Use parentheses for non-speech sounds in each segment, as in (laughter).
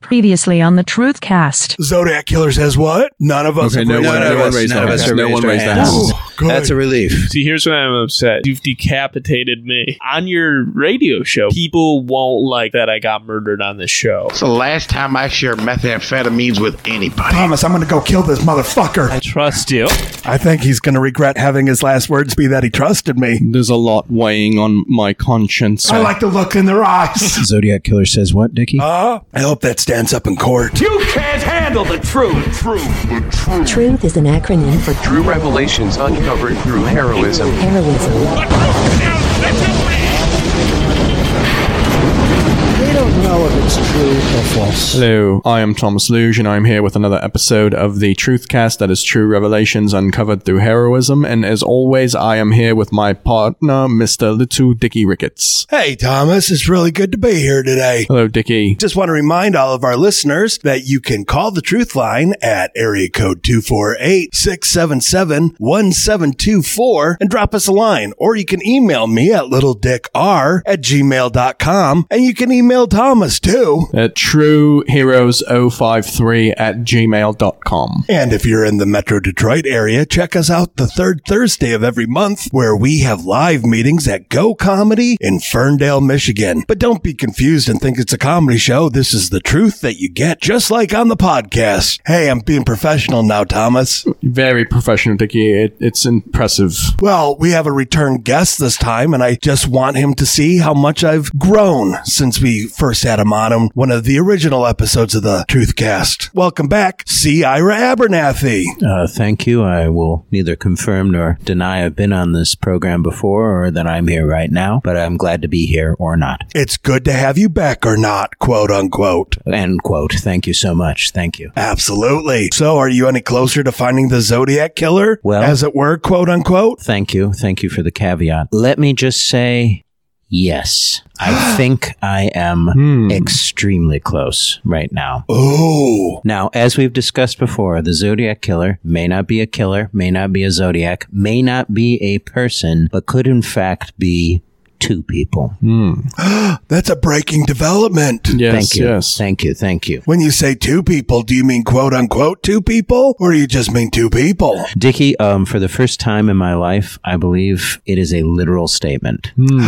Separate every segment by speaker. Speaker 1: Previously on the Truthcast.
Speaker 2: Zodiac Killer says what? None of us.
Speaker 3: Okay, no
Speaker 2: have raised
Speaker 3: one-
Speaker 2: our
Speaker 3: no
Speaker 2: hands.
Speaker 3: one raised
Speaker 4: none of
Speaker 3: our
Speaker 4: us
Speaker 3: hands.
Speaker 4: have
Speaker 3: No one
Speaker 4: raised
Speaker 3: raised
Speaker 4: our
Speaker 3: our
Speaker 4: hands.
Speaker 3: hands.
Speaker 2: Oh, good.
Speaker 4: That's a relief.
Speaker 5: See, here's why I'm upset. You've decapitated me on your radio show. People won't like that I got murdered on this show.
Speaker 6: It's the last time I share methamphetamines with anybody.
Speaker 2: Thomas, I'm going to go kill this motherfucker.
Speaker 5: Trust you.
Speaker 2: I think he's going to regret having his last words be that he trusted me.
Speaker 3: There's a lot weighing on my conscience.
Speaker 2: I like the look in their (laughs) eyes.
Speaker 4: Zodiac Killer says what, Dickie?
Speaker 2: Huh? I hope that stands up in court.
Speaker 7: You can't handle the truth.
Speaker 8: Truth is an acronym for
Speaker 9: True revelations uncovered through heroism.
Speaker 8: heroism.
Speaker 7: They don't know if it's true or false.
Speaker 3: Hello, I am Thomas Luge, and I'm here with another episode of the Truthcast that is true revelations uncovered through heroism. And as always, I am here with my partner, Mr. Little Dicky Ricketts.
Speaker 2: Hey, Thomas, it's really good to be here today.
Speaker 3: Hello, Dicky.
Speaker 2: Just want to remind all of our listeners that you can call the Truth Line at area code 248 677 1724 and drop us a line. Or you can email me at littledickr at gmail.com and you can email Thomas too.
Speaker 3: At trueheroes053 at gmail.com.
Speaker 2: And if you're in the Metro Detroit area, check us out the third Thursday of every month where we have live meetings at Go Comedy in Ferndale, Michigan. But don't be confused and think it's a comedy show. This is the truth that you get just like on the podcast. Hey, I'm being professional now, Thomas.
Speaker 3: Very professional, Dicky. It, it's impressive.
Speaker 2: Well, we have a return guest this time, and I just want him to see how much I've grown since we first had him on him, one of the original episodes of the Truthcast. Welcome back, C. Ira Abernathy.
Speaker 4: Uh, thank you. I will neither confirm nor deny I've been on this program before or that I'm here right now, but I'm glad to be here or not.
Speaker 2: It's good to have you back or not, quote unquote.
Speaker 4: End quote. Thank you so much. Thank you.
Speaker 2: Absolutely. So, are you any closer to finding the Zodiac Killer?
Speaker 4: Well-
Speaker 2: as it were, quote unquote?
Speaker 4: Thank you. Thank you for the caveat. Let me just say yes.
Speaker 3: (gasps)
Speaker 4: I think I am
Speaker 3: Hmm.
Speaker 4: extremely close right now.
Speaker 2: Oh,
Speaker 4: Now, as we've discussed before, the Zodiac Killer may not be a killer, may not be a Zodiac, may not be a person, but could in fact be two people.
Speaker 2: that's a breaking development.
Speaker 3: Yes,
Speaker 4: thank you.
Speaker 3: yes.
Speaker 4: Thank you. Thank you.
Speaker 2: When you say two people, do you mean quote unquote two people? Or do you just mean two people?
Speaker 4: Dickie, um, for the first time in my life, I believe it is a literal statement.
Speaker 2: Hmm.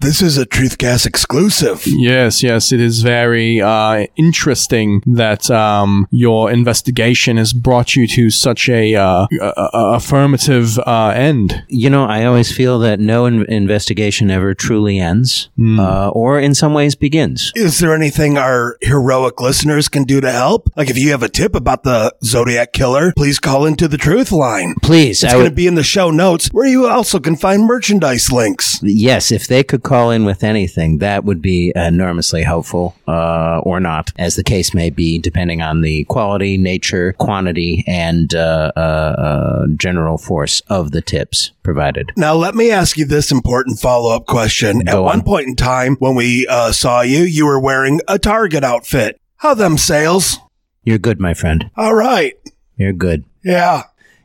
Speaker 2: This is a Truthcast exclusive.
Speaker 3: Yes, yes, it is very uh, interesting that um, your investigation has brought you to such a, uh, a- a- a- affirmative uh, end.
Speaker 4: You know, I always feel that no in- investigation ever truly ends,
Speaker 2: Hmm.
Speaker 4: uh, or in some ways begins.
Speaker 2: Is there anything our heroic listeners can do to help? Like, if you have a tip about the Zodiac Killer, please call into the Truth Line.
Speaker 4: Please,
Speaker 2: It's
Speaker 4: I
Speaker 2: going
Speaker 4: would
Speaker 2: to be in the show notes where you also can find merchandise links.
Speaker 4: Yes, if they could call in with anything, that would be enormously helpful, uh, or not, as the case may be, depending on the quality, nature, quantity, and uh, uh, uh, general force of the tips provided.
Speaker 2: Now, let me ask you this important follow up question. At
Speaker 4: Go
Speaker 2: one
Speaker 4: on.
Speaker 2: point in time when we uh, saw you, you were wearing a Target outfit. How them sales?
Speaker 4: You're good, my friend.
Speaker 2: All right.
Speaker 4: You're good.
Speaker 2: Yeah.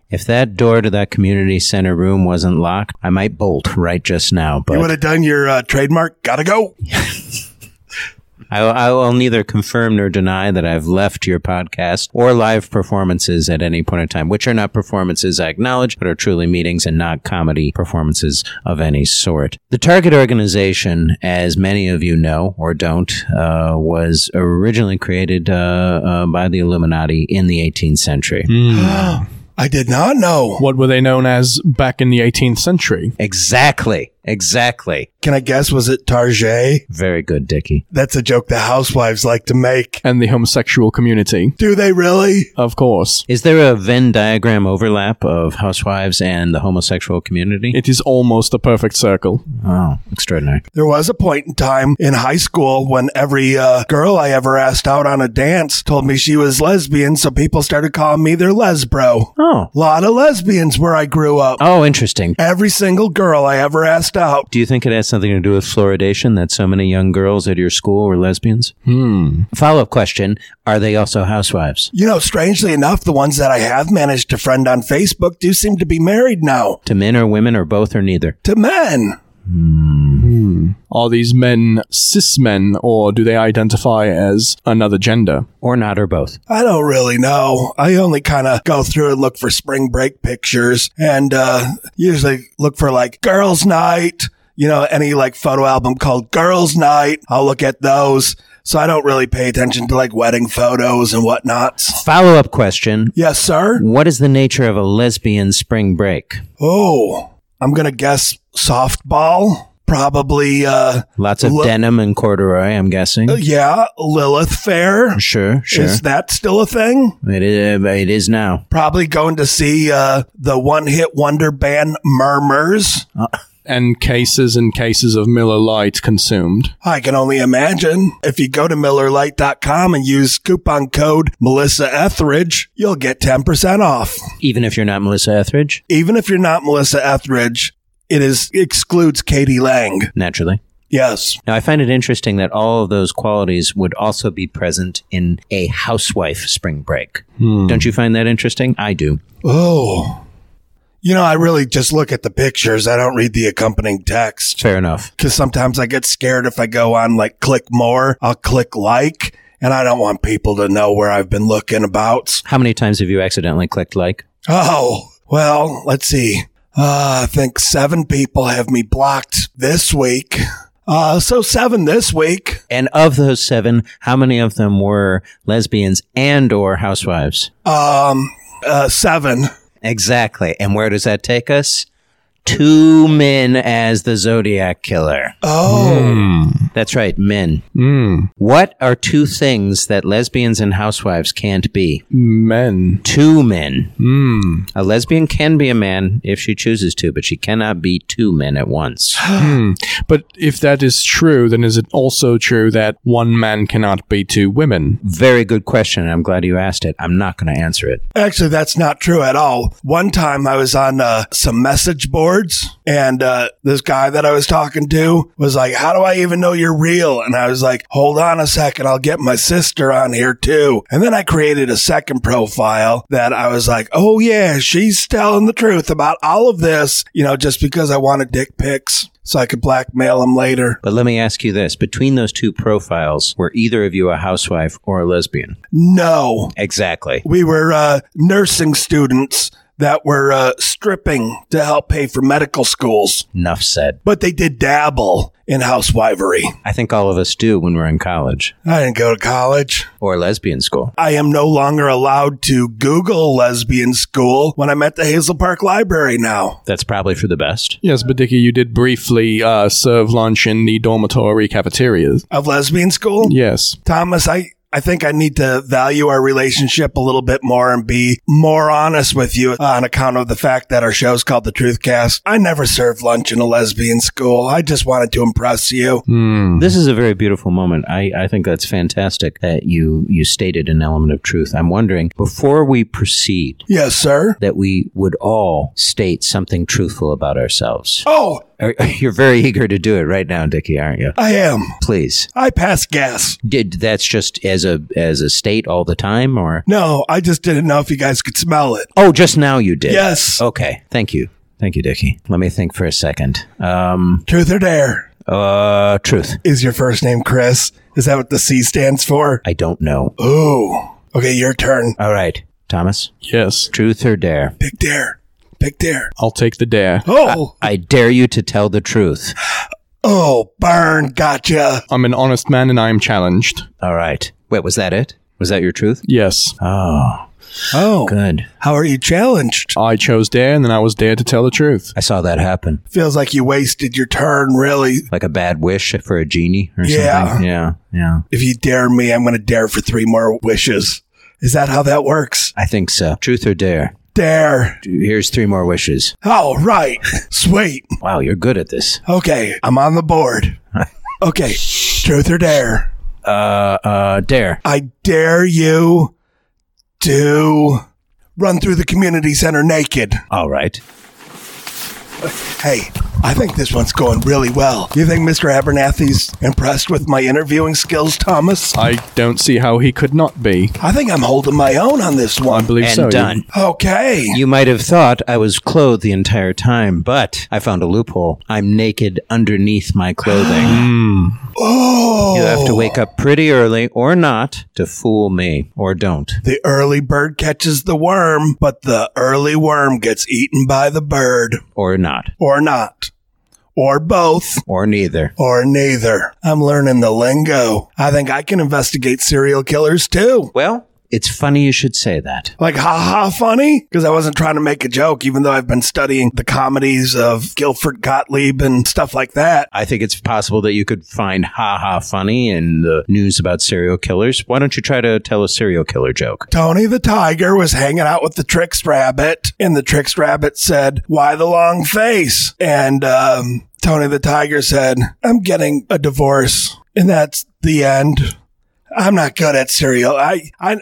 Speaker 4: If that door to that community center room wasn't locked, I might bolt right just now.
Speaker 2: You would
Speaker 4: But
Speaker 2: have done your uh, trademark. Gotta go.
Speaker 4: I, I will neither confirm nor deny that I've left your podcast or live performances at any point in time, which are not performances I acknowledge, but are truly meetings and not comedy performances of any sort. The Target organization, as many of you know or don't, uh, was originally created uh, uh, by the Illuminati in the 18th century.
Speaker 2: I did not know.
Speaker 3: What were they known as back in the 18th century?
Speaker 4: Exactly. Exactly.
Speaker 2: Can I guess? Was it Target?
Speaker 4: Very good, Dickie.
Speaker 2: That's a joke the housewives like to make.
Speaker 3: And the homosexual community.
Speaker 2: Do they really?
Speaker 3: Of course.
Speaker 4: Is there a Venn diagram overlap of housewives and the homosexual community?
Speaker 3: It is almost a perfect circle.
Speaker 4: Oh, extraordinary.
Speaker 2: There was a point in time in high school when every uh, girl I ever asked out on a dance told me she was lesbian, so people started calling me their lesbro.
Speaker 4: Oh.
Speaker 2: Lot of lesbians where I grew up.
Speaker 4: Oh, interesting.
Speaker 2: Every single girl I ever asked out.
Speaker 4: Do you think it has something to do with fluoridation that so many young girls at your school were lesbians? Hmm. Follow up question Are they also housewives?
Speaker 2: You know, strangely enough, the ones that I have managed to friend on Facebook do seem to be married now
Speaker 4: To men or women or both or neither?
Speaker 2: to men.
Speaker 3: Are these men cis men, or do they identify as another gender?
Speaker 4: Or not or both?
Speaker 2: I don't really know. I only kind of go through and look for spring break pictures and uh, usually look for like girls' night, you know, any like photo album called Girls' Night. I'll look at those. So I don't really pay attention to like wedding photos and whatnot.
Speaker 4: Follow up question
Speaker 2: Yes, sir.
Speaker 4: What is the nature of a lesbian spring break?
Speaker 2: Oh, I'm going to guess softball. Probably, uh,
Speaker 4: Lots of
Speaker 2: Lo-
Speaker 4: denim and corduroy, I'm guessing.
Speaker 2: Oh, yeah, Lilith Fair.
Speaker 4: Sure, Mm-hmm. sure.
Speaker 2: Is that still a thing?
Speaker 4: It is, it is now.
Speaker 2: Probably going to see uh, the one hit wonder band Murmurs.
Speaker 3: And cases and cases of Miller Lite consumed.
Speaker 2: I can only imagine. If you go to MillerLite.com and use coupon code Melissa Etheridge, you'll get 10% off.
Speaker 4: Even if you're not Melissa Etheridge,
Speaker 2: Even if you're not Melissa Etheridge, it is excludes Katie Lang.
Speaker 4: naturally.
Speaker 2: Yes.
Speaker 4: Now, I find it interesting that all of those qualities would also be present in a housewife spring break. Don't you find that interesting? I do.
Speaker 2: Oh. You know, I really just look at the pictures. I don't read the accompanying text
Speaker 4: Fair enough.
Speaker 2: because sometimes I get scared if I go on like click more, I'll click like, and I don't want people to know where I've been looking about.
Speaker 4: How many times have you accidentally clicked like?
Speaker 2: Oh, well, let's see. Uh, I think seven people have me blocked this week. Uh, so seven this week.
Speaker 4: And of those seven, how many of them were lesbians and or housewives?
Speaker 2: Um, uh, seven.
Speaker 4: Exactly. And where does that take us? Two men as the Zodiac killer.
Speaker 2: Oh,
Speaker 4: That's right, men.
Speaker 3: Mm.
Speaker 4: What are two things that lesbians and housewives can't be?
Speaker 3: Men.
Speaker 4: Two men.
Speaker 3: Mm.
Speaker 4: A lesbian can be a man if she chooses to, but she cannot be two men at once.
Speaker 3: But if that is true, then is it also true that one man cannot be two women?
Speaker 4: Very good question. and I'm glad you asked it. I'm not going to answer it.
Speaker 2: actually, that's not true at all. One time I was on, uh, some message boards and, uh, this guy that I was talking to was like, how do I even know you're real? And I was like, hold on a second. I'll get my sister on here too. And then I created a second profile that I was like, oh yeah, she's telling the truth about all of this, you know, just because I wanted dick pics so I could blackmail him later.
Speaker 4: But let me ask you this between those two profiles, were either of you a housewife or a lesbian?
Speaker 2: No.
Speaker 4: Exactly.
Speaker 2: we were uh, nursing students that were uh, stripping to help pay for medical schools,
Speaker 4: Enough said.
Speaker 2: but they did dabble in housewifery.
Speaker 4: I think all of us do when we're in college
Speaker 2: I didn't go to college.
Speaker 4: or lesbian school.
Speaker 2: I am no longer allowed to Google lesbian school when I'm at the Hazel Park Library now.
Speaker 4: That's probably for the best.
Speaker 3: Yes, but Dickie, you did briefly uh, serve lunch in the dormitory cafeterias.
Speaker 2: Of lesbian school?
Speaker 3: Yes.
Speaker 2: Thomas, I. I think I need to value our relationship a little bit more and be more honest with you on account of the fact that our show's called The Truth Cast. I never served lunch in a lesbian school. I just wanted to impress you.
Speaker 3: Hmm.
Speaker 4: This is a very beautiful moment. I, I think that's fantastic that you, you stated an element of truth. I'm wondering, before we proceed,
Speaker 2: Yes, sir.
Speaker 4: that we would all state something truthful about ourselves.
Speaker 2: Oh,
Speaker 4: Are- You're very eager to do it right now, Dickie, aren't you?
Speaker 2: I am.
Speaker 4: Please.
Speaker 2: I pass gas.
Speaker 4: Did that's just as a as a state all the time, or
Speaker 2: No, I just didn't know if you guys could smell it.
Speaker 4: oh, just now you did.
Speaker 2: Yes.
Speaker 4: Okay. Thank you. Thank you, Dickie. Let me think for a second. Um.
Speaker 2: Truth or dare?
Speaker 4: Uh. Truth.
Speaker 2: Is your first name Chris? Is that what the C stands for?
Speaker 4: I don't know.
Speaker 2: Ooh. Okay, your turn.
Speaker 4: All right, Thomas.
Speaker 3: Yes.
Speaker 4: Truth or dare?
Speaker 2: Pick dare. Pick dare.
Speaker 3: I'll take the dare.
Speaker 2: Oh,
Speaker 4: I dare you to tell the truth.
Speaker 2: oh, burn. Gotcha.
Speaker 3: I'm an honest man and I am challenged.
Speaker 4: All right. Wait, was that it? Was that your truth?
Speaker 3: Yes.
Speaker 4: Oh.
Speaker 2: Oh,
Speaker 4: Good.
Speaker 2: how are you challenged?
Speaker 3: I chose dare, and then I was dared to tell the truth.
Speaker 4: I saw that happen.
Speaker 2: Feels like you wasted your turn, really.
Speaker 4: Like a bad wish for a genie or
Speaker 2: Yeah.
Speaker 4: something. Yeah. Yeah.
Speaker 2: If you dare me, I'm going to dare for three more wishes. Is that how that works?
Speaker 4: I think so. Truth or dare?
Speaker 2: Dare.
Speaker 4: Here's three more wishes.
Speaker 2: Oh, right. (laughs) Sweet.
Speaker 4: Wow, you're good at this.
Speaker 2: Okay, I'm on the (laughs) board. Okay, truth or dare?
Speaker 4: Uh, uh, dare.
Speaker 2: I dare you to run through the community center naked.
Speaker 4: All right.
Speaker 2: Hey, I think this one's going really well. You think Mr. Abernathy's impressed with my interviewing skills, Thomas?
Speaker 3: I don't see how he could not be.
Speaker 2: I think I'm holding my own on this
Speaker 3: I
Speaker 2: one.
Speaker 3: believe
Speaker 4: And
Speaker 3: so.
Speaker 4: done.
Speaker 2: Okay.
Speaker 4: You might have thought I was clothed the entire time, but I found a loophole. I'm naked underneath my clothing.
Speaker 2: Oh,
Speaker 4: you have
Speaker 10: Oh.
Speaker 4: to wake up pretty early or not to fool me or don't.
Speaker 2: the early bird catches the worm, but the early worm gets eaten by the bird.
Speaker 4: Or not.
Speaker 2: Or not. Or both.
Speaker 4: Or neither.
Speaker 2: Or neither. I'm learning the lingo. I think I can investigate serial killers too.
Speaker 4: Well, it's funny you should say that.
Speaker 2: Like, haha, funny? Because I wasn't trying to make a joke, even though I've been studying the comedies of Guilford Gottlieb and stuff like that.
Speaker 4: I think it's possible that you could find ha ha funny in the news about serial killers. Why don't you try to tell a serial killer joke?
Speaker 2: Tony the tiger was hanging out with the Trix Rabbit, and the Trix Rabbit said, Why the long face? And um, Tony the tiger said, I'm getting a divorce, and that's the end. I'm not good at cereal. I, I,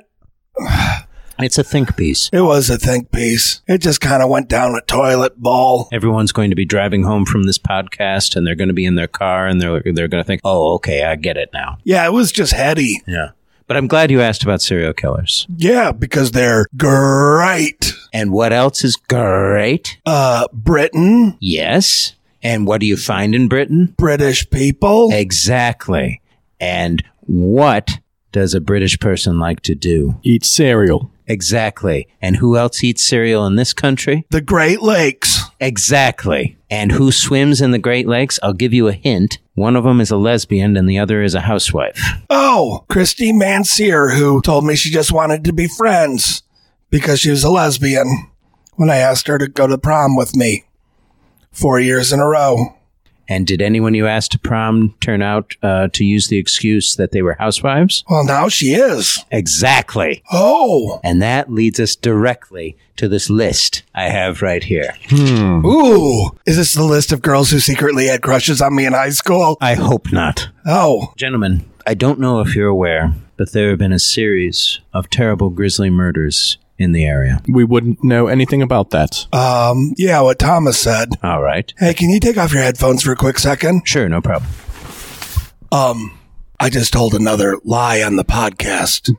Speaker 4: It's a think piece.
Speaker 2: it was a think piece. It just kind of went down a toilet bowl.
Speaker 4: Everyone's going to be driving home from this podcast and they're going to be in their car and they're, they're going to think, oh, okay, I get it now.
Speaker 2: Yeah, it was just heady.
Speaker 4: Yeah. But I'm glad you asked about serial killers.
Speaker 2: Yeah, because they're great.
Speaker 4: And what else is great?
Speaker 2: Uh, Britain,
Speaker 4: Yes. And what do you find in Britain?
Speaker 2: British people.
Speaker 4: Exactly. And what does a British person like to do?
Speaker 3: You. Eat cereal.
Speaker 4: Exactly. And who else eats cereal in this country?
Speaker 2: The Great Lakes.
Speaker 4: Exactly. And who swims in the Great Lakes? I'll give you a hint. One of them is a lesbian and the other is a housewife.
Speaker 2: Oh, Christy Mansier, who told me she just wanted to be friends because she was a lesbian when I asked her to go to prom with me four years in a row.
Speaker 4: And did anyone you asked to prom turn out uh, to use the excuse that they were housewives?
Speaker 2: Well, now she is.
Speaker 4: Exactly.
Speaker 2: Oh,
Speaker 4: And that leads us directly to this list I have right here.
Speaker 2: ooh. Is this the list of girls who secretly had crushes on me in high school?
Speaker 4: I hope not.
Speaker 2: Oh,
Speaker 4: Gentlemen, I don't know if you're aware, but there have been a series of terrible grisly murders in the area.
Speaker 3: We wouldn't know anything about that.
Speaker 2: um, yeah, what Thomas said.
Speaker 4: All right.
Speaker 2: Hey, can you take off your headphones for a quick second?
Speaker 4: Sure, no problem.
Speaker 2: Um, I just told another lie on the podcast.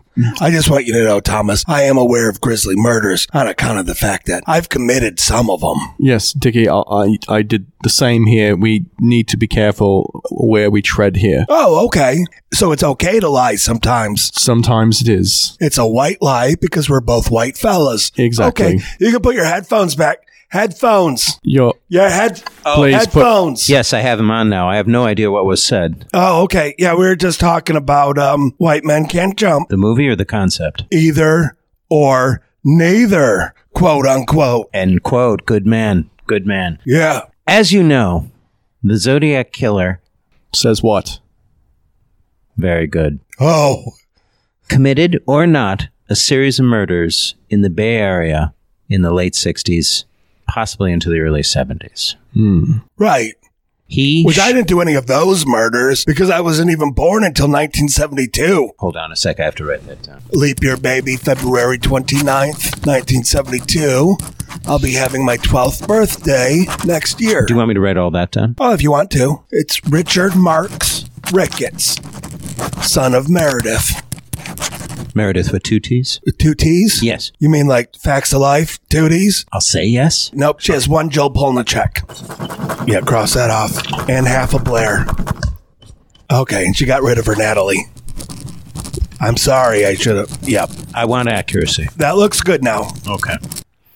Speaker 2: I just want you to know, Thomas, I am aware of grisly murders on account of the fact that I've committed some of them.
Speaker 3: Yes, Dickie, I, I, I did the same here. We need to be careful where we tread here.
Speaker 2: Oh, okay. So it's okay to lie sometimes.
Speaker 3: Sometimes it is.
Speaker 2: It's a white lie because we're both white fellas.
Speaker 3: Exactly.
Speaker 2: Okay. You can put your headphones back. Headphones.
Speaker 3: Your
Speaker 2: Your head.
Speaker 3: Please put-
Speaker 2: headphones.
Speaker 4: Yes, I have him on now. I have no idea what was said.
Speaker 2: Oh, okay. Yeah, we were just talking about um, white men can't jump.
Speaker 4: The movie or the concept?
Speaker 2: Either or neither, quote unquote.
Speaker 4: End quote. Good man. Good man.
Speaker 2: Yeah.
Speaker 4: As you know, the Zodiac Killer,
Speaker 3: says what?
Speaker 4: very good,
Speaker 2: Oh.
Speaker 4: committed or not a series of murders in the Bay Area in the late 60s, possibly into the early 70s.
Speaker 2: Right.
Speaker 4: He.
Speaker 2: Which I
Speaker 4: sh-
Speaker 2: didn't do any of those murders because I wasn't even born until 1972.
Speaker 4: Hold on a sec. I have to write that down.
Speaker 2: Leap year, baby, February 29th, 1972. I'll be having my 12th birthday next year.
Speaker 4: Do you want me to write all that down?
Speaker 2: oh, if you want to. It's Richard Marks Ricketts, son of Meredith.
Speaker 4: Meredith with two T's?
Speaker 2: With Two T's?
Speaker 4: Yes.
Speaker 2: You mean like facts of life, two T's?
Speaker 4: I'll say yes.
Speaker 2: Nope, she has one Joe Polnicek. Yeah, cross that off. And half a Blair. Okay, and she got rid of her Natalie. I'm sorry, I should have. Yep.
Speaker 4: I want accuracy.
Speaker 2: That looks good now.
Speaker 4: Okay.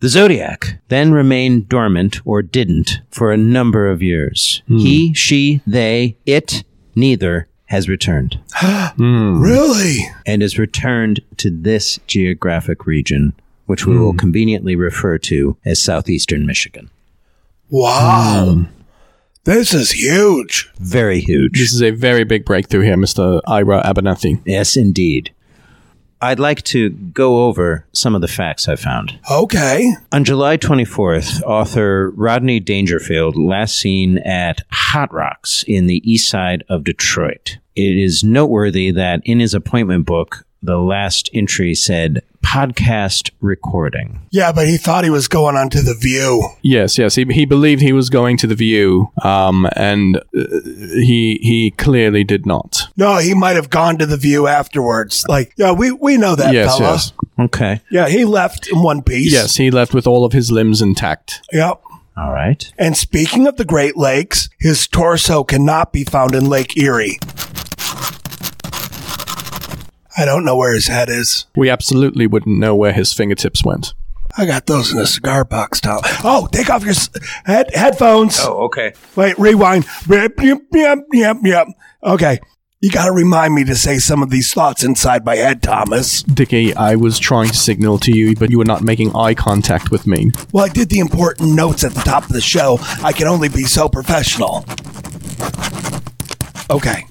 Speaker 4: The Zodiac then remained dormant or didn't for a number of years. He, she, they, it, neither has returned
Speaker 2: Really?
Speaker 4: and is returned to this geographic region which we will conveniently refer to as southeastern Michigan.
Speaker 2: Wow. This is huge.
Speaker 4: Very huge.
Speaker 3: This is a very big breakthrough here, Mr. Ira Abernathy.
Speaker 4: Yes, indeed. I'd like to go over some of the facts I found.
Speaker 2: Okay.
Speaker 4: On July 24th, author Rodney Dangerfield last seen at Hot Rocks in the east side of Detroit. It is noteworthy that in his appointment book, the last entry said podcast recording.
Speaker 2: Yeah, but he thought he was going on to the view.
Speaker 3: Yes, yes. He, he believed he was going to the view, um, and uh, he he clearly did not.
Speaker 2: No, he might have gone to the view afterwards. Like, yeah, we, we know that
Speaker 3: yes,
Speaker 2: fella.
Speaker 3: yes.
Speaker 4: Okay.
Speaker 2: Yeah, he left in one piece.
Speaker 3: Yes, he left with all of his limbs intact.
Speaker 2: Yep.
Speaker 4: All right.
Speaker 2: And speaking of the Great Lakes, his torso cannot be found in Lake Erie. I don't know where his head is.
Speaker 3: We absolutely wouldn't know where his fingertips went.
Speaker 2: I got those in a cigar box, Tom. Oh, take off your s- head- headphones.
Speaker 4: Oh, okay.
Speaker 2: Wait, rewind. Yep, yep, yep, yep, yep. Okay. You got to remind me to say some of these thoughts inside my head, Thomas.
Speaker 3: Dickie, I was trying to signal to you, but you were not making eye contact with me.
Speaker 2: Well, I did the important notes at the top of the show. I can only be so professional. Okay.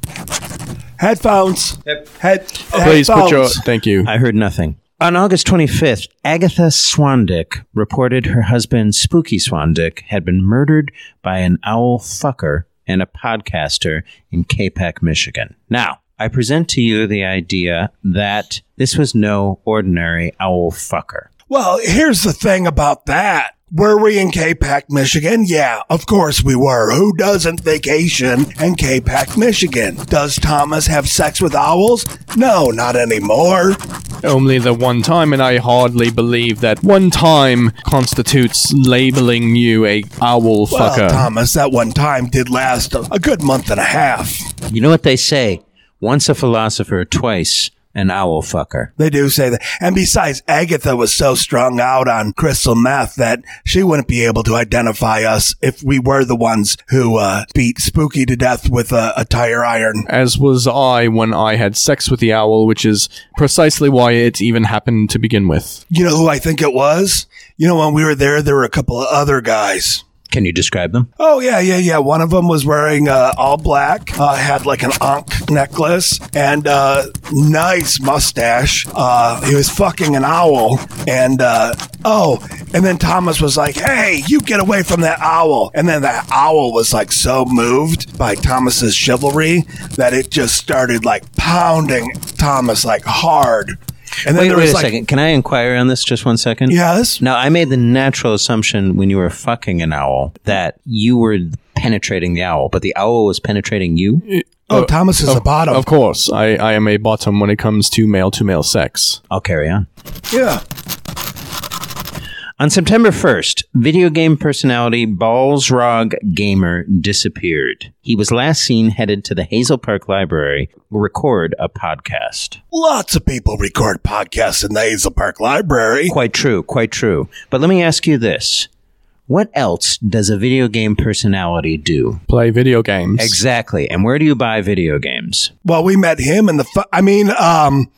Speaker 2: Headphones. Head.
Speaker 3: Please put your.
Speaker 2: headphones.
Speaker 3: Thank you.
Speaker 4: I heard nothing. On August 25th, Agatha Swandick reported her husband, Spooky Swandick, had been murdered by an owl fucker and a podcaster in Capac, Michigan. Now, I present to you the idea that this was no ordinary owl fucker.
Speaker 2: Well, here's the thing about that. Were we in K-Pac, Michigan? Yeah, of course we were. Who doesn't vacation in K-Pac, Michigan? Does Thomas have sex with owls? No, not anymore.
Speaker 3: Only the one time, and I hardly believe that one time constitutes labeling you a
Speaker 2: Well,
Speaker 3: owl fucker.
Speaker 2: Thomas, that one time did last a, a good month and a half.
Speaker 4: You know what they say? Once a philosopher, twice an owl fucker.
Speaker 2: They do say that. And besides, Agatha was so strung out on crystal meth that she wouldn't be able to identify us if we were the ones who uh, beat Spooky to death with a, a tire iron.
Speaker 3: As was I when I had sex with the owl, which is precisely why it even happened to begin with.
Speaker 2: You know who I think it was? You know, when we were there, there were a couple of other guys.
Speaker 4: Can you describe them?
Speaker 2: Oh, yeah, yeah, yeah. One of them was wearing uh, all black, uh, had like an Ankh necklace and uh, nice mustache. Uh, he was fucking an owl. And uh, oh, and then Thomas was like, hey, you get away from that owl. And then that owl was like so moved by Thomas's chivalry that it just started like pounding Thomas like hard. And then
Speaker 4: Wait,
Speaker 2: there
Speaker 4: wait
Speaker 2: was
Speaker 4: a
Speaker 2: like,
Speaker 4: second. Can I inquire on this just one second?
Speaker 2: Yes.
Speaker 4: Now, I made the natural assumption when you were fucking an owl that you were penetrating the owl, but the owl was penetrating you?
Speaker 2: Oh, Thomas is a bottom.
Speaker 3: Of course, I, I am a bottom when it comes to male to male sex.
Speaker 4: I'll carry on.
Speaker 2: yeah.
Speaker 4: On September 1st, video game personality Balsrog Gamer disappeared. He was last seen headed to the Hazel Park Library to record a podcast.
Speaker 2: Lots of people record podcasts in the Hazel Park Library.
Speaker 4: Quite true, quite true. But let me ask you this. What else does a video game personality do?
Speaker 3: Play video games.
Speaker 4: Exactly. And where do you buy video games?
Speaker 2: Well, we met him in the. Fu- I mean, um,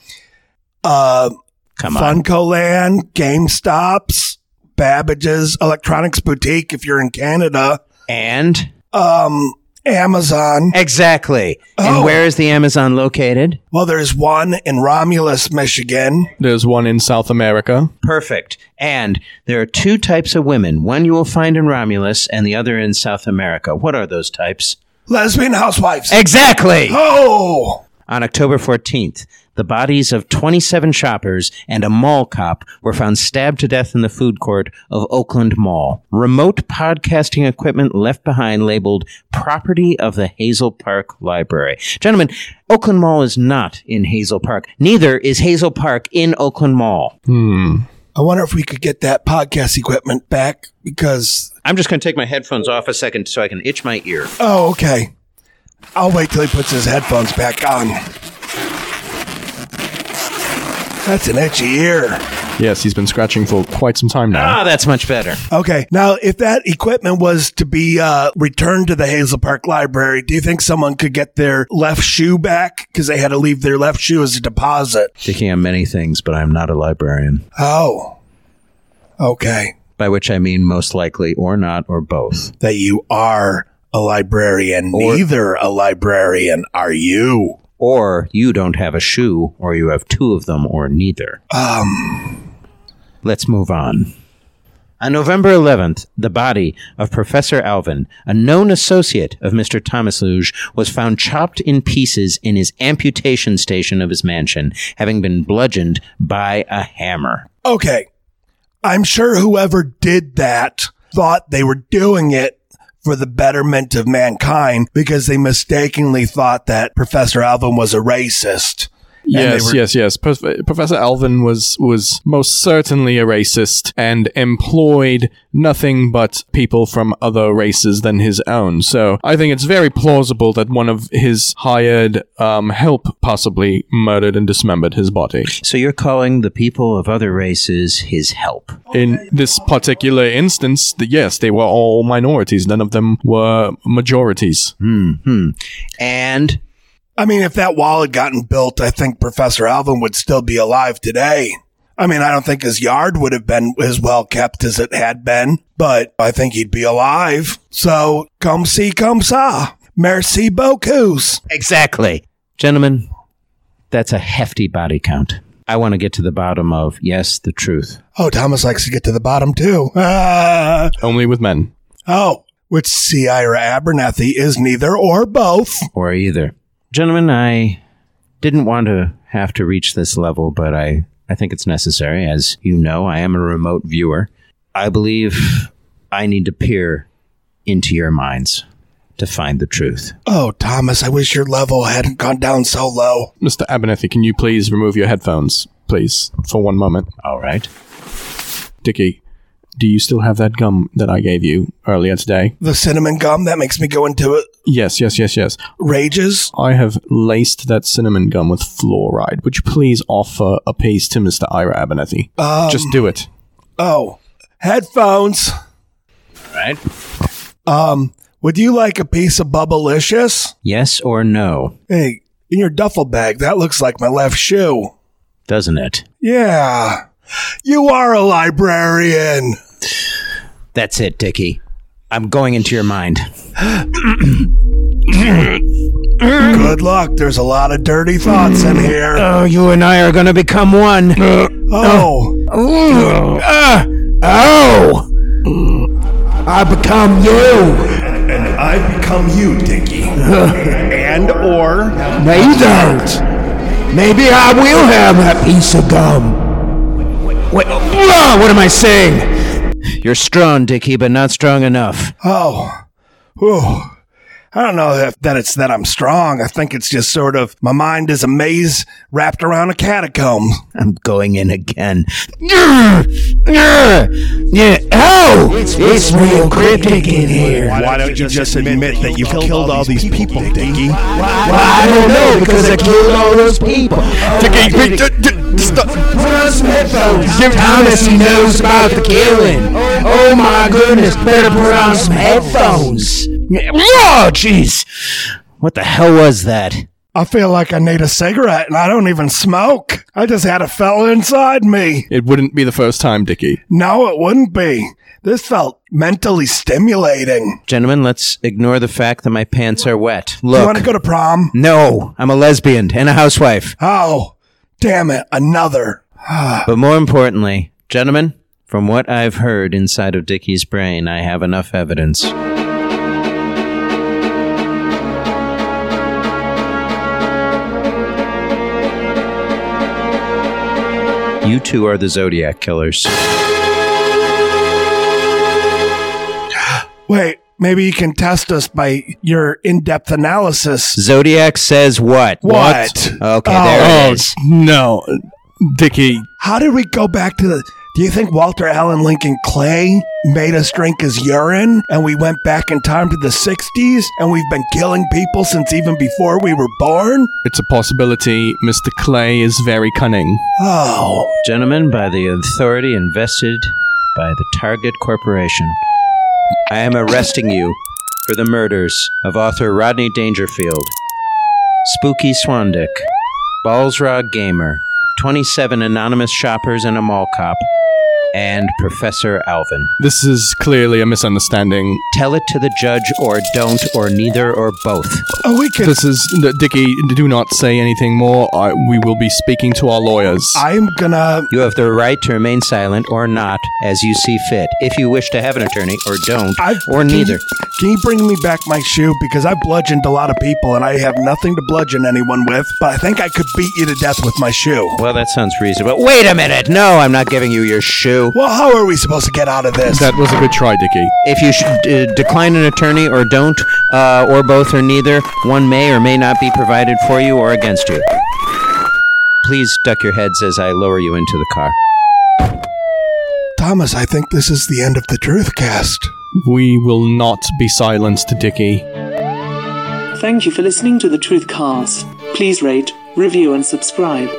Speaker 2: uh,
Speaker 4: Come on.
Speaker 2: Funko Land, GameStops, Babbage's Electronics Boutique. If you're in Canada,
Speaker 4: And
Speaker 2: um, Amazon.
Speaker 4: Exactly.
Speaker 2: Oh.
Speaker 4: And where is the Amazon located?
Speaker 2: Well, there's one in Romulus, Michigan.
Speaker 3: There's one in South America.
Speaker 4: Perfect. And there are two types of women. One you will find in Romulus and the other in South America. What are those types?
Speaker 2: Lesbian housewives.
Speaker 4: Exactly.
Speaker 2: Oh,
Speaker 4: On October 14th, the bodies of 27 shoppers and a mall cop were found stabbed to death in the food court of Oakland Mall. Remote podcasting equipment left behind labeled property of the Hazel Park Library. Gentlemen, Oakland Mall is not in Hazel Park. Neither is Hazel Park in Oakland Mall.
Speaker 2: I wonder if we could get that podcast equipment back because.
Speaker 4: I'm just going to take my headphones off a second so I can itch my ear.
Speaker 2: Oh, okay. I'll wait till he puts his headphones back on. That's an itchy ear.
Speaker 3: Yes, he's been scratching for quite some time now.
Speaker 4: Ah, that's much better.
Speaker 2: Okay. Now, if that equipment was to be uh, returned to the Hazel Park Library, do you think someone could get their left shoe back because they had to leave their left shoe as a deposit?
Speaker 4: Thinking on many things, but I'm not a librarian.
Speaker 2: Oh.
Speaker 10: Okay.
Speaker 4: by which I mean most likely or not or both.
Speaker 10: That you are a librarian. Neither a librarian are you.
Speaker 4: Or you don't have a shoe, or you have two of them, or neither.
Speaker 10: Um,
Speaker 4: Let's move on. On November 11th, the body of Professor Alvin, a known associate of Mr. Thomas Luge, was found chopped in pieces in his amputation station of his mansion, having been bludgeoned by a hammer.
Speaker 10: okay. I'm sure whoever did that thought they were doing it for the betterment of mankind because they mistakenly thought that Professor Alvin was a racist. And they
Speaker 3: Yes,
Speaker 10: were-
Speaker 3: yes, yes. Prof- Professor Alvin was was most certainly a racist and employed nothing but people from other races than his own. So I think it's very plausible that one of his hired um, help possibly murdered and dismembered his body.
Speaker 4: So you're calling the people of other races his help.
Speaker 3: In this particular instance, th- yes, they were all minorities. None of them were majorities.
Speaker 4: Hmm. And
Speaker 10: I mean, if that wall had gotten built, I think Professor Alvin would still be alive today. I mean, I don't think his yard would have been as well kept as it had been, but I think he'd be alive. So, come see, come saw. Merci beaucoup.
Speaker 4: Exactly. Gentlemen, that's a hefty body count. I want to get to the bottom of, yes, the truth.
Speaker 10: Oh, Thomas likes to get to the bottom too. (laughs) Ah.
Speaker 3: Only with men.
Speaker 10: oh, which C. Ira Abernathy is neither or both.
Speaker 4: or either. Gentlemen, I didn't want to have to reach this level, but I, I think it's necessary. As you know, I am a remote viewer. I believe I need to peer into your minds to find the truth.
Speaker 10: Oh, Thomas, I wish your level hadn't gone down so low.
Speaker 3: Mr. Abernethy, can you please remove your headphones, please, for one moment?
Speaker 4: All right.
Speaker 3: Dickie, do you still have that gum that I gave you earlier today?
Speaker 10: The cinnamon gum that makes me go into uh,
Speaker 3: Yes, yes, yes, yes.
Speaker 10: rages.
Speaker 3: I have laced that cinnamon gum with fluoride. Would you please offer a piece to Mr. Ira Abernethy?
Speaker 10: Um,
Speaker 3: Just do it.
Speaker 10: Oh, headphones.
Speaker 4: Right.
Speaker 10: Um, would you like a piece of bubblicious?
Speaker 4: Yes or no,
Speaker 10: Hey, in your duffel bag, that looks like my left shoe.
Speaker 4: doesn't it?
Speaker 10: Yeah. You are a librarian.
Speaker 4: That's it, Dickie. I'm going into your mind.
Speaker 10: Good luck. There's a lot of dirty thoughts in here.
Speaker 4: Oh, you and I are going to become one.
Speaker 10: Oh,
Speaker 4: oh!
Speaker 8: Uh, I become you.
Speaker 10: I become you, (laughs) Dickie. and or
Speaker 8: No, you don't. Maybe I will have that piece of gum. Wait, ah, what am I saying?
Speaker 4: You're strong, Dickie, but not strong enough.
Speaker 10: oh. Whew. I don't know if that it's that I'm strong. I think it's just sort of my mind is a maze wrapped around a catacomb.
Speaker 4: I'm going in again.
Speaker 8: Yeah. Oh, it's, it's real cryptic in here.
Speaker 10: Why, don't you just admit that you've killed all these people, Dickie?
Speaker 8: Well, I don't know because I killed all those people. Put on some headphones. Thomas, he knows about the killing. Oh my goodness, better put on some headphones.
Speaker 4: Oh, jeez. What the hell was that?
Speaker 10: I feel like I need a cigarette and I don't even smoke. I just had a fella inside me.
Speaker 3: It wouldn't be the first time, Dickie.
Speaker 10: No, it wouldn't be. This felt mentally stimulating.
Speaker 4: Gentlemen, let's ignore the fact that my pants are wet.
Speaker 10: You
Speaker 4: Look.
Speaker 10: want to go to prom?
Speaker 4: no, I'm a lesbian and a housewife.
Speaker 10: Oh, damn it. Another.
Speaker 4: But more importantly, gentlemen, from what I've heard inside of Dickie's brain, I have enough evidence. You two are the Zodiac killers.
Speaker 10: Wait, maybe you can test us by your in depth analysis.
Speaker 4: Zodiac says what?
Speaker 10: What?
Speaker 4: Okay,
Speaker 10: Oh.
Speaker 4: there it is.
Speaker 3: no. Dickie,
Speaker 10: How did we go back to the. Do you think Walter Allen Lincoln Clay made us drink his urine and we went back in time to the 60s and we've been killing people since even before we were born?
Speaker 3: it's a possibility. Mr. Clay is very cunning.
Speaker 10: Oh.
Speaker 4: Gentlemen, by the authority invested by the Target Corporation, I am arresting you for the murders of author Rodney Dangerfield, Spooky Swandick, Balsrog Gamer, 27 anonymous shoppers and a mall cop, and Professor Alvin.
Speaker 3: This is clearly a misunderstanding.
Speaker 4: Tell it to the judge, or don't, or neither, or both.
Speaker 10: Oh, we can.
Speaker 3: This is Dicky. Do not say anything more. I, we will be speaking to our lawyers.
Speaker 10: I'm gonna.
Speaker 4: You have the right to remain silent or not, as you see fit. If you wish to have an attorney, or don't,
Speaker 10: I,
Speaker 4: or
Speaker 10: can
Speaker 4: neither.
Speaker 10: You, can you bring me back my shoe? Because I bludgeoned a lot of people and I have nothing to bludgeon anyone with, but I think I could beat you to death with my shoe.
Speaker 4: Well, that sounds reasonable. Wait a minute! No, I'm not giving you your shoe.
Speaker 10: Well, how are we supposed to get out of this?
Speaker 3: That was a good try, Dicky.
Speaker 4: If you should uh, decline an attorney or don't, uh, or both or neither, one may or may not be provided for you or against you. Please duck your heads as I lower you into the car.
Speaker 10: Thomas, I think this is the end of the truth cast.
Speaker 3: We will not be silenced, Dicky.
Speaker 11: Thank you for listening to the Truth Cast. Please rate, review, and subscribe.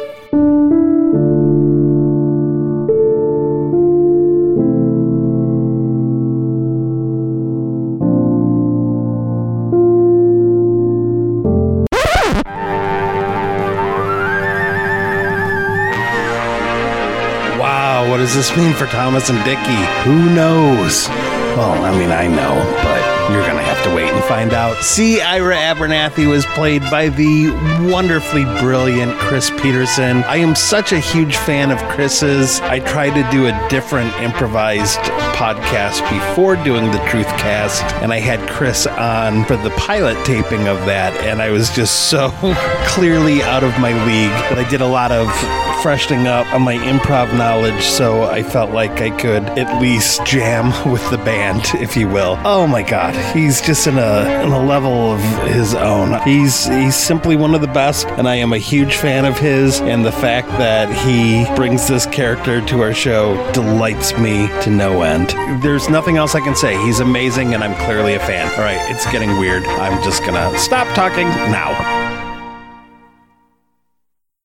Speaker 2: Wow, what does this mean for Thomas and Dickie?
Speaker 10: Who knows?
Speaker 2: Well, I mean, I know, but you're gonna have to wait and find out. See, Ira Abernathy was played by the wonderfully brilliant Chris Peterson. I am such a huge fan of Chris's. I tried to do a different improvised podcast before doing the Truth Cast, and I had Chris on for the pilot taping of that, and I was just so clearly out of my league. But I did a lot of freshening up on my improv knowledge, so I felt like I could at least jam with the band, if you will. Oh my God, he's just in a in a level of his own. He's he's simply one of the best, and I am a huge fan of his. And the fact that he brings this character to our show delights me to no end. There's nothing else I can say. He's amazing, and I'm clearly a fan. All right, it's getting weird. I'm just gonna stop talking now.